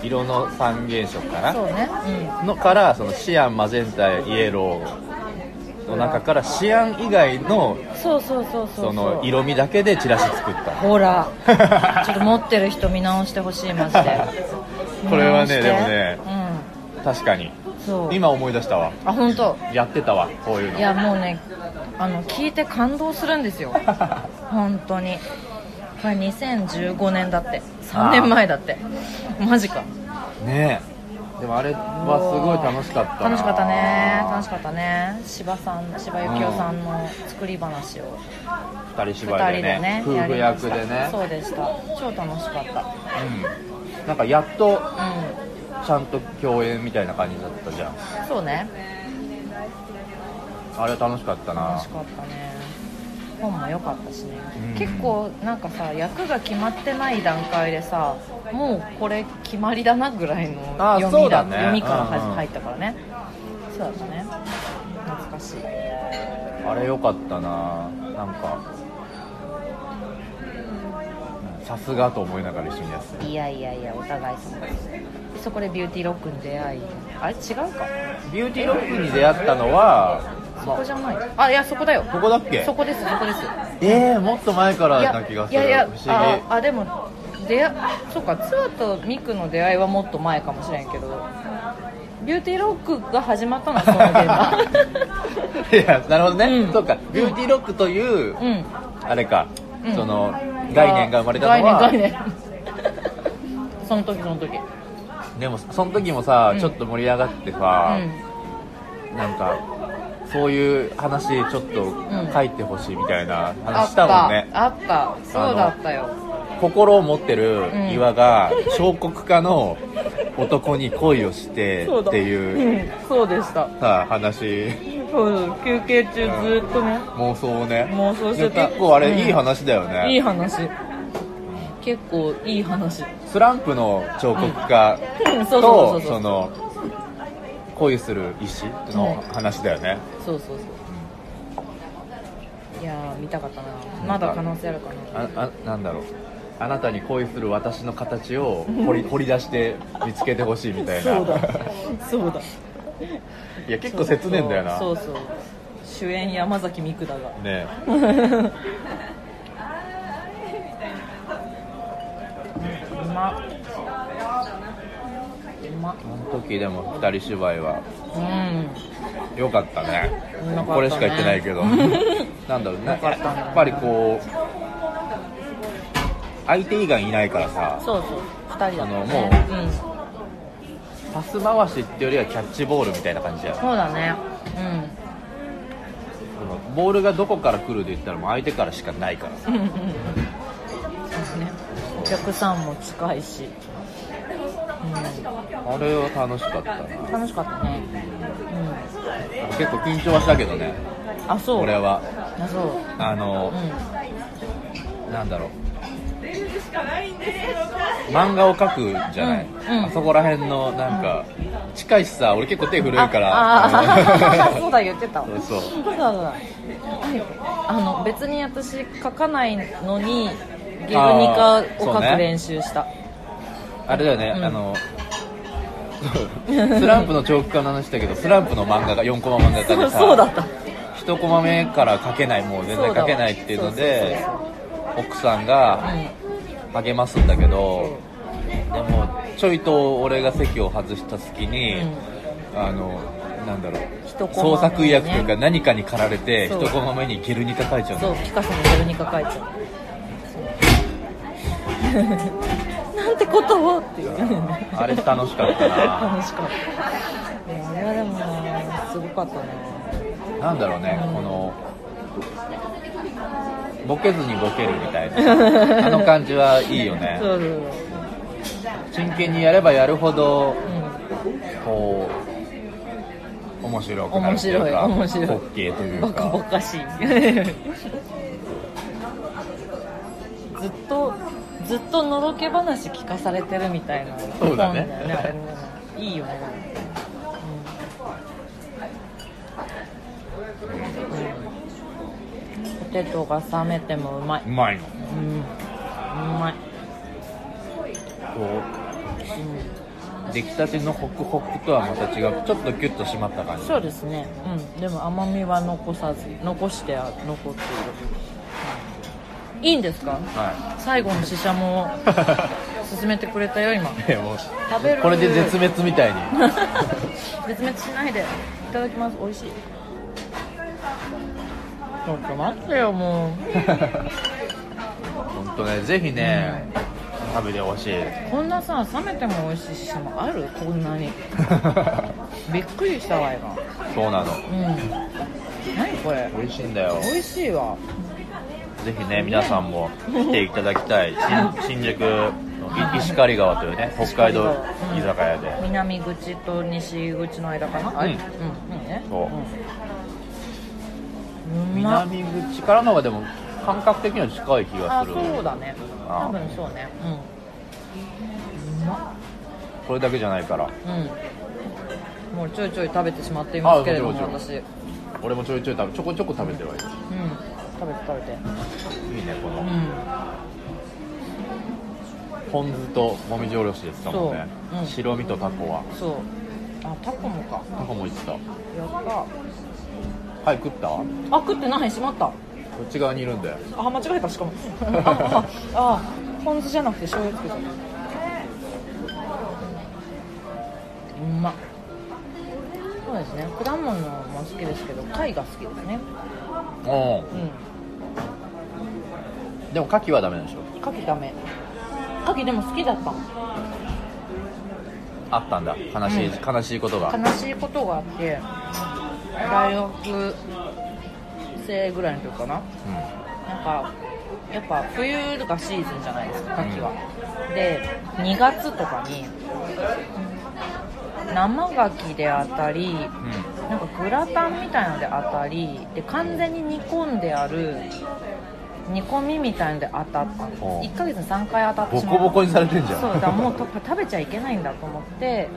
Speaker 3: 色の三原色か
Speaker 4: ん、そう
Speaker 3: な
Speaker 4: ね、うん、
Speaker 3: のからそのシアンマゼンタイエローの中からシアン以外の
Speaker 4: そうそうそうそう
Speaker 3: その色味だけでチラシ作った
Speaker 4: ほらちょっと持ってる人見直してほしいマジで
Speaker 3: [laughs] これはね
Speaker 4: 見直して
Speaker 3: でもね確かに
Speaker 4: うんそう
Speaker 3: 今思い出したわ
Speaker 4: あ本当
Speaker 3: やってたわこういうの
Speaker 4: いやもうねあの聞いて感動するんですよ本当にこれ2015年だって3年前だってマジか
Speaker 3: [laughs] ねえでもあれはすごい楽しかったな
Speaker 4: 楽しかったね楽しかったね柴さん柴幸男さんの作り話を
Speaker 3: 二人
Speaker 4: 二
Speaker 3: 芝居
Speaker 4: 人で
Speaker 3: でね
Speaker 4: ね
Speaker 3: 夫
Speaker 4: や
Speaker 3: 婦役
Speaker 4: りました
Speaker 3: でね
Speaker 4: そうでした超楽しかった
Speaker 3: うんなんかやっと
Speaker 4: うん
Speaker 3: ちゃんと共演みたいな感じだったじゃん
Speaker 4: そうね
Speaker 3: あれは楽しかったな
Speaker 4: 楽しかったね本も良かったしね、
Speaker 3: うん
Speaker 4: 結構なんかさ役が決まってない段階でさもうこれ決まりだなぐらいの
Speaker 3: あー
Speaker 4: 読みだ
Speaker 3: そうだね
Speaker 4: 読みから入
Speaker 3: うんうん
Speaker 4: 入ったからねそうだったね懐かしい
Speaker 3: あれ良かったななんかさすがと思いながら一緒にやって
Speaker 4: いやいやいやお互い様ですそこでビューティーロックに出会いあれ違うか
Speaker 3: たビューティーロックに出会ったのは、
Speaker 4: そこじゃないあいやそこだよ
Speaker 3: ここだっけ
Speaker 4: そこですそこです
Speaker 3: ええもっと前から
Speaker 4: い
Speaker 3: な気がする
Speaker 4: いやい
Speaker 3: 不
Speaker 4: や
Speaker 3: 思
Speaker 4: ああでも出会そうかツアとミクの出会いはもっと前かもしれんけどビューティーロックが始まったのはその
Speaker 3: [laughs]
Speaker 4: 現場
Speaker 3: 議いやなるほどね、
Speaker 4: うん
Speaker 3: そうかビューティーロックという、
Speaker 4: うん
Speaker 3: あれか、
Speaker 4: うん
Speaker 3: その概念が生まれたのは
Speaker 4: 概
Speaker 3: [laughs]
Speaker 4: 念概念その時その時
Speaker 3: でもその時もさ、
Speaker 4: うん
Speaker 3: ちょっと盛り上がってさ、なんかそういう話ちょっと書いてほしいみたいな
Speaker 4: あ
Speaker 3: 話
Speaker 4: っ
Speaker 3: したもんね、
Speaker 4: たあったそうだったよ
Speaker 3: 心を持ってる
Speaker 4: うん
Speaker 3: 岩が彫刻家の男に恋をして
Speaker 4: そうだ
Speaker 3: っていう
Speaker 4: うんそうでした
Speaker 3: さ話
Speaker 4: そう休憩中ずっとね
Speaker 3: 妄想をね
Speaker 4: 妄想してた
Speaker 3: いや結構あ
Speaker 4: うん
Speaker 3: れいい話だよね、
Speaker 4: いい話結構いい話
Speaker 3: スランプの彫刻家
Speaker 4: うんそうそうそう
Speaker 3: と
Speaker 4: そう
Speaker 3: その恋する石の話だよね、
Speaker 4: そうそうそういやー見たかったなまだ可能性あるかな
Speaker 3: ああなんだろうあなたに恋する私の形を掘り掘り出して見つけてほしいみたい
Speaker 4: [laughs]
Speaker 3: な
Speaker 4: そうだ
Speaker 3: いや結構切ねえんだよな
Speaker 4: そうそうそう主演山崎美久だ
Speaker 3: [laughs]
Speaker 4: が
Speaker 3: ね
Speaker 4: うまうま
Speaker 3: あの時でも二人芝居は
Speaker 4: うん
Speaker 3: よかったね
Speaker 4: うまかったね
Speaker 3: これしか言ってないけ
Speaker 4: [laughs]
Speaker 3: どなんだろうね
Speaker 4: かったね
Speaker 3: やっぱりこう相手以外いないからさ
Speaker 4: そうそう二人だったね
Speaker 3: あ
Speaker 4: うん
Speaker 3: パス回しってよりはキャッチボールみたいな感じだよ
Speaker 4: そうだね
Speaker 3: そのボールがどこから来るで言ったらもう相手からしかないからさ
Speaker 4: うんうんうんそうねお客さんも近いし、
Speaker 3: あれは楽しかったな
Speaker 4: うん、楽しかったね
Speaker 3: 結構緊張はしたけどね
Speaker 4: うんあそう
Speaker 3: 俺は
Speaker 4: あそう
Speaker 3: あの
Speaker 4: う、ん
Speaker 3: なんだろう漫画を描くじゃない、
Speaker 4: うんうん
Speaker 3: あそこら辺のなんか、近いしさ俺結構手震える
Speaker 4: あ
Speaker 3: から
Speaker 4: あー [laughs] そうだ言ってた
Speaker 3: そうそう
Speaker 4: そうだそうだあの別に私書かないのにゲルニカを書く練習した、
Speaker 3: あれだよね、
Speaker 4: うん
Speaker 3: あのスランプの彫刻家の話だけどスランプの漫画が4コマ漫画だった
Speaker 4: そ
Speaker 3: り
Speaker 4: う
Speaker 3: さ
Speaker 4: そうだった
Speaker 3: 1コマ目から書けないもう全然書けないっていうので奥さんが励ますんだけどでもちょいと俺が席を外した隙に、
Speaker 4: うん
Speaker 3: あのなんだろう
Speaker 4: 一コマ目ね
Speaker 3: 創作意訳というか何かに駆られて
Speaker 4: そう
Speaker 3: 1コマ目に「ゲルニカ」書いちゃう
Speaker 4: そ
Speaker 3: の
Speaker 4: うピカソのゲルニカ書いちゃうそうなんてことをっていう
Speaker 3: あれ楽しかったな
Speaker 4: 楽しかったいやあれはでもなすごかったな
Speaker 3: なんだろうね、このボケずにボケるみたいなあの感じはいいよね
Speaker 4: [laughs] そうそう
Speaker 3: 真剣にやればやるほど
Speaker 4: そう、
Speaker 3: こう面白くなるというか
Speaker 4: 面白い面白い
Speaker 3: 滑稽と
Speaker 4: う
Speaker 3: い
Speaker 4: ん、
Speaker 3: う
Speaker 4: バカ
Speaker 3: か
Speaker 4: バカしいずっとずっとのろけ話聞かされてるみたいな
Speaker 3: そうだね
Speaker 4: 本よねあれねいいよね、うんうんポテトが冷めてもうまいう
Speaker 3: まいのこ
Speaker 4: うんうまい、
Speaker 3: う出来たてのホクホクとはまた違うちょっとキュッと締まった感じ
Speaker 4: そうですねうんでも甘みは残さず残しては残っている、いいんですか
Speaker 3: は
Speaker 4: 最後の試写も進めてくれたよ今
Speaker 3: いいやもう
Speaker 4: 食べる
Speaker 3: これで絶滅み [laughs] たいに
Speaker 4: 絶滅しないでいただきます美味しいちょっと待ってよもう
Speaker 3: 本当ねぜひね、食べて [laughs] ほしい
Speaker 4: こんなさ冷めても美味しい試写もあるこんなにびっくりしたわ今
Speaker 3: そうなの
Speaker 4: うん何これ
Speaker 3: 美味しいんだよ
Speaker 4: 美味しいわ
Speaker 3: ぜひね、皆さんも来ていただきたい、新新宿のい石狩川というね、北海道居酒屋で、
Speaker 4: 南口と西口の間かな、
Speaker 3: うん
Speaker 4: うん、うん、いいね
Speaker 3: そうん
Speaker 4: うまっ
Speaker 3: 南口からの方がでも、感覚的には近い気が
Speaker 4: あ
Speaker 3: する、
Speaker 4: そうだね
Speaker 3: あ
Speaker 4: 多分そうねうんうま
Speaker 3: これだけじゃないから、
Speaker 4: っうんもうちょいちょい食べてしまっていますけれど
Speaker 3: あ
Speaker 4: も
Speaker 3: もち
Speaker 4: 私うん
Speaker 3: 俺もちょいちょい食べ、ちょこちょこ食べてはい
Speaker 4: 食べて食べて
Speaker 3: る、いいね、こ
Speaker 4: う
Speaker 3: の
Speaker 4: ん
Speaker 3: ポン酢ともみじおろしですかもんね
Speaker 4: そうう、ん
Speaker 3: 白身とタコは、
Speaker 4: そうあタコもか
Speaker 3: タコもいってた、
Speaker 4: やった
Speaker 3: はい、食ったこ
Speaker 4: あ食ってないしまった
Speaker 3: っち側にいるんだよ、
Speaker 4: あ間違えたしかもあああポン酢じゃなくて醤油つけちゃったうまっそうですね果物も好きですけど貝が好きですね
Speaker 3: う、
Speaker 4: うん
Speaker 3: でも牡蠣はダメなんでしょ、
Speaker 4: ん牡蠣ダメ牡蠣でも好きだった
Speaker 3: あったんだ、悲しい、
Speaker 4: う
Speaker 3: 悲しいことが、
Speaker 4: 悲しいことがあって大学生ぐらいの時かな
Speaker 3: う
Speaker 4: なんかやっぱ冬がシーズンじゃないですか牡蠣は、で2月とかに生牡蠣であったり
Speaker 3: ん、うん、
Speaker 4: なんかグラタンみたいのであったりで完全に煮込んである煮込みみたいので当たったんです
Speaker 3: ほう
Speaker 4: 1ヶ月に3回当たって
Speaker 3: ボ
Speaker 4: し
Speaker 3: コ
Speaker 4: ま
Speaker 3: ボ
Speaker 4: った
Speaker 3: コにされてんじゃん
Speaker 4: そうだからもうと食べちゃいけないんだと思って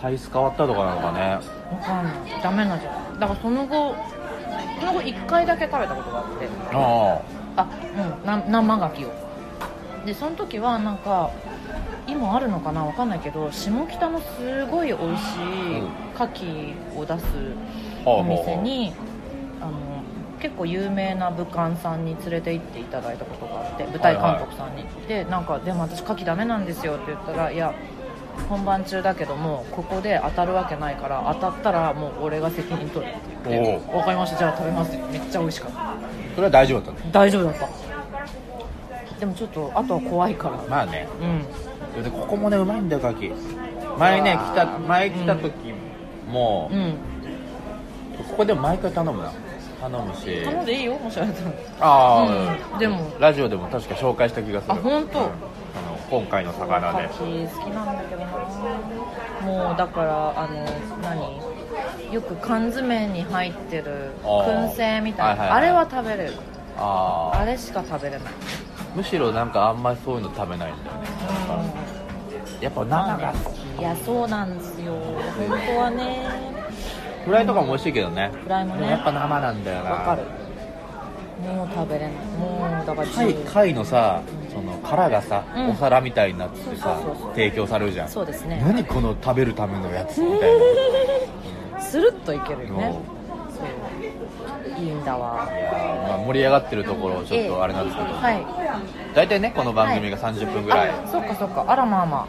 Speaker 3: 体質変わったとかなのかね
Speaker 4: わかんないダメなんじゃないだからその後その後1回だけ食べたことがあって
Speaker 3: あ
Speaker 4: あうんな生牡蠣をでその時はなんか今あるのかなわかんないけど下北のすごい美味しい
Speaker 3: うん
Speaker 4: 牡蠣を出す
Speaker 3: あ
Speaker 4: お店にあの結構有名な武漢さんに連れて行っていただいたことがあって舞台監督さんに、でなんか「でも私牡蠣ダメなんですよ」って言ったら「いや本番中だけどもここで当たるわけないから当たったらもう俺が責任取る」って言って
Speaker 3: お
Speaker 4: 「わかりましたじゃあ食べます」めっちゃ美味しかった
Speaker 3: それは大丈夫だったね
Speaker 4: 大丈夫だったでもちょっとあとは怖いから
Speaker 3: まあね
Speaker 4: うん
Speaker 3: でここもねうまいんだよ牡蠣前ね来た前来た時も、
Speaker 4: うん
Speaker 3: ここでも毎回頼むな頼むし
Speaker 4: 頼んでいいよもしあれだったら
Speaker 3: ああ、
Speaker 4: うんでも
Speaker 3: ラジオでも確か紹介した気がする
Speaker 4: あ本当
Speaker 3: うんあの今回の魚で
Speaker 4: 牡蠣好きなんだけどなもうだからあの何よく缶詰に入ってる
Speaker 3: あー
Speaker 4: 燻製みたいな
Speaker 3: は
Speaker 4: あ
Speaker 3: いはい
Speaker 4: れ
Speaker 3: はい
Speaker 4: は食べれる
Speaker 3: あ
Speaker 4: あ
Speaker 3: あ
Speaker 4: れしか食べれない
Speaker 3: むしろなんかあんまりそういうの食べないんだよねなんかやっぱ生が好き
Speaker 4: やそうなんですよ本当はね
Speaker 3: フライとかも美味しいけどね
Speaker 4: フライも
Speaker 3: で
Speaker 4: ね
Speaker 3: もやっぱ生なんだよな
Speaker 4: わかるもう食べれないもうだから
Speaker 3: 貝
Speaker 4: 10
Speaker 3: 貝のさその殻がさ、
Speaker 4: うん
Speaker 3: お皿みたいになってさ
Speaker 4: そうそうそう
Speaker 3: 提供されるじゃん
Speaker 4: そうですね
Speaker 3: 何この食べるためのやつ
Speaker 4: [laughs]
Speaker 3: みたいな
Speaker 4: スルッといけるよね
Speaker 3: も
Speaker 4: そういいんだわ
Speaker 3: いやーまあ、盛り上がってるところをちょっとあれなんですけど、
Speaker 4: はい
Speaker 3: 大体ねこの番組が30分ぐらい、
Speaker 4: あそっかそっかあらまあま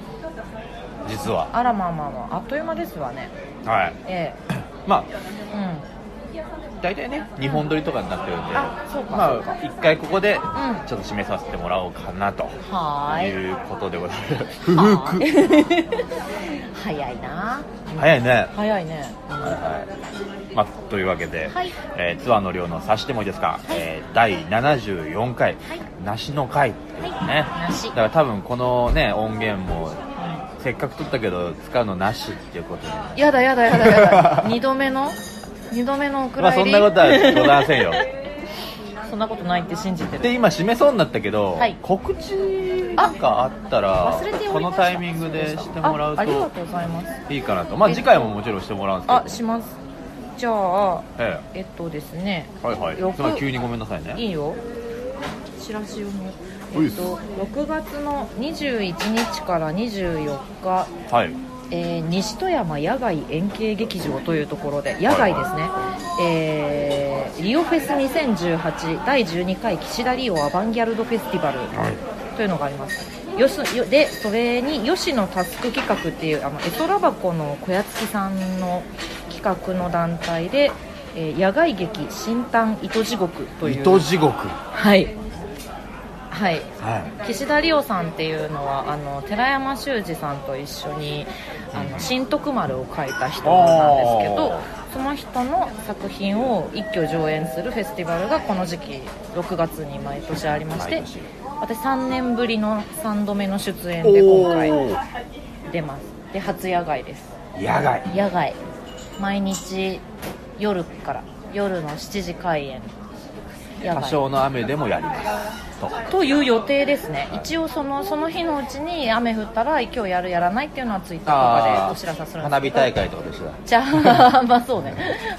Speaker 3: 実は
Speaker 4: ああらまあまあまああっという間ですわね
Speaker 3: はい
Speaker 4: え
Speaker 3: [coughs] まあ
Speaker 4: えうん
Speaker 3: 大体ね2本撮りとかになってるんで、
Speaker 4: あそうか
Speaker 3: ま
Speaker 4: そうか
Speaker 3: あ一回ここで
Speaker 4: ん
Speaker 3: ちょっと締めさせてもらおうかなと、
Speaker 4: はーい
Speaker 3: いうことでございます
Speaker 4: 不
Speaker 3: ふふく
Speaker 4: [laughs] 早いな
Speaker 3: 早いね
Speaker 4: 早いね
Speaker 3: はいまあ、というわけで、
Speaker 4: はい
Speaker 3: えーツアーの量の差してもいいですか、えー第74回、
Speaker 4: はい
Speaker 3: 梨の会っていうね、
Speaker 4: はい梨
Speaker 3: だから多分このね音源も
Speaker 4: う
Speaker 3: せっかく撮ったけど使うのなしっていうことで、ま
Speaker 4: やだやだやだや
Speaker 3: [laughs]
Speaker 4: だ二度目の二度目のお蔵
Speaker 3: あ、そ
Speaker 4: 入
Speaker 3: ん
Speaker 4: り、
Speaker 3: なことはございませんよ
Speaker 4: [laughs] そんなことないって信じてる
Speaker 3: で今締めそうになったけど、
Speaker 4: はい
Speaker 3: 告知なんかあったら
Speaker 4: 忘れてお
Speaker 3: こ
Speaker 4: り
Speaker 3: の
Speaker 4: ました
Speaker 3: タイミングでしてもらう
Speaker 4: あありが
Speaker 3: と
Speaker 4: とうございます
Speaker 3: いいかなとまあ次回ももちろんしてもらうんですけど
Speaker 4: あしますじゃあ
Speaker 3: え
Speaker 4: えっとですね
Speaker 3: えはいはい
Speaker 4: よく
Speaker 3: つまり急にごめんなさいね
Speaker 4: いいよチラシをね
Speaker 3: うい
Speaker 4: え
Speaker 3: っ
Speaker 4: っ
Speaker 3: す
Speaker 4: と6月の21日から24日
Speaker 3: はい
Speaker 4: えー西富山野外円形劇場というところで野外ですね、えーリオフェス2018第12回岸田リオアバンギャルドフェスティバルというのがありますよすよでそれに吉野タスク企画っていうあのエトラ箱の小屋付きさんの企画の団体で、えー野外劇「新丹糸地獄」という
Speaker 3: 糸地獄
Speaker 4: はいはい
Speaker 3: はい
Speaker 4: 岸田理央さんっていうのはあの寺山修司さんと一緒に「あの新徳丸」を書いた人なんですけ
Speaker 3: あ
Speaker 4: どその人の作品を一挙上演するフェスティバルがこの時期6月に毎年ありまして
Speaker 3: 毎年
Speaker 4: 私3年ぶりの3度目の出演で今回
Speaker 3: おー
Speaker 4: 出ますで初野外です
Speaker 3: 野外
Speaker 4: 野外毎日夜から夜の7時開演野
Speaker 3: 多少の雨でもやりますと
Speaker 4: という予定ですね、一応そのその日のうちに雨降ったら今日やるやらないっていうのはツイッターとかでお知らせするんです
Speaker 3: 花
Speaker 4: け
Speaker 3: 火
Speaker 4: ど
Speaker 3: 大会とかと一緒だ
Speaker 4: じゃあ [laughs] まあそうね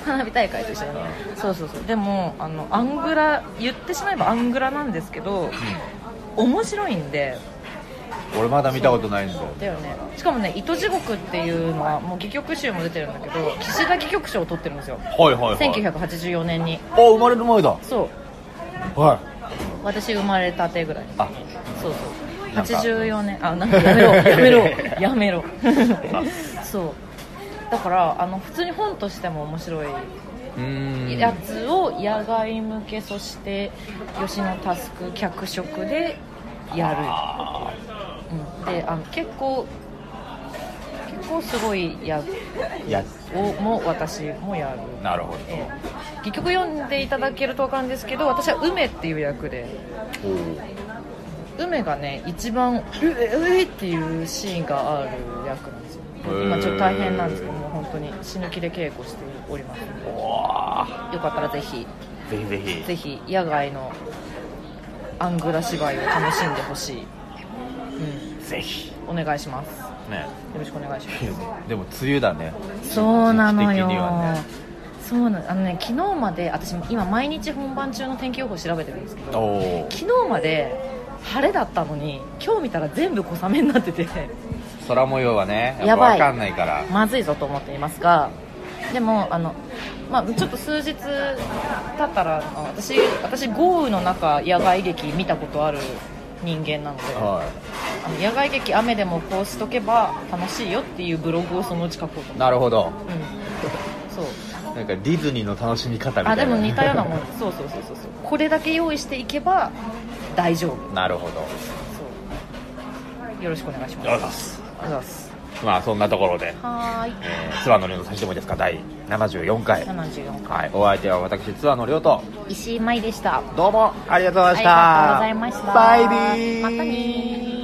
Speaker 4: 花火大会と一緒だねそうそうそうでもあのアングラ言ってしまえばアングラなんですけど、面白いんで
Speaker 3: 俺まだ見たことないんだよ
Speaker 4: だよねしかもね「糸地獄」っていうのはもう戯曲集も出てるんだけど岸田戯曲賞を取ってるんですよ
Speaker 3: はいはいはい
Speaker 4: 1984年に
Speaker 3: あ生まれる前だ
Speaker 4: そう
Speaker 3: はい
Speaker 4: 私生まれたてぐらい
Speaker 3: あ
Speaker 4: そうそう
Speaker 3: なんか
Speaker 4: 84年あなん
Speaker 3: [laughs]
Speaker 4: かやめろやめろや
Speaker 3: あ
Speaker 4: めろそうだからあの普通に本としても面白いう
Speaker 3: ーん
Speaker 4: やつを野外向けそして吉野タスク脚色でや
Speaker 3: あ
Speaker 4: る、うん、であの結構結構すごいや
Speaker 3: ーや
Speaker 4: をも私もやる
Speaker 3: なるほど
Speaker 4: ええ結局読んでいただけると分かるんですけど私は梅っていう役で
Speaker 3: おー
Speaker 4: 梅がね一番「うえうえ」っていうシーンがある役なんですよ
Speaker 3: ー
Speaker 4: 今ちょっと大変なんですけどもう本当に死ぬ気で稽古しておりますので
Speaker 3: おー
Speaker 4: よかったらぜひ
Speaker 3: ぜひぜひ
Speaker 4: ぜひ野外のアングラ芝居を楽しんでほしい、
Speaker 3: ぜひ
Speaker 4: うん、お願いしますよ
Speaker 3: ね
Speaker 4: ろしくお願いしま
Speaker 3: でも梅雨だね
Speaker 4: すそうなの
Speaker 3: 時期
Speaker 4: よ、
Speaker 3: 的にはね
Speaker 4: そうなのあのね昨日まで私も今毎日本番中の天気予報調べてるんですけ
Speaker 3: お
Speaker 4: ど
Speaker 3: お
Speaker 4: 昨日まで晴れだったのに今日見たら全部小雨になってて
Speaker 3: 空模様はねや
Speaker 4: や
Speaker 3: っぱ
Speaker 4: ばい
Speaker 3: わかんないから
Speaker 4: まずいぞと思っていますがでもあの、まあ、ちょっと数日経ったらあの私私豪雨の中野外劇見たことある人間なので
Speaker 3: は
Speaker 4: あの野外劇雨でもこうしとけば楽しいよっていうブログをそのうち書こ
Speaker 3: い
Speaker 4: うと思う、
Speaker 3: なるほど
Speaker 4: うん、そう
Speaker 3: なんかディズニーの楽しみ方みたいな
Speaker 4: あでも似たようなもんそうそうそうそうそうこれだけ用意していけば大丈夫
Speaker 3: ん [laughs] なるほど
Speaker 4: そうよろしくお願いします
Speaker 3: よ
Speaker 4: ありがとう
Speaker 3: し
Speaker 4: ございます
Speaker 3: まあそんなところで
Speaker 4: はーい
Speaker 3: えーツアーの量の差しでもいいですか第74回
Speaker 4: 74回
Speaker 3: はいお相手は私ツアーの量と
Speaker 4: 石井舞でした
Speaker 3: どうもありがとうございました
Speaker 4: ありがとうございました
Speaker 3: バイビー
Speaker 4: またねー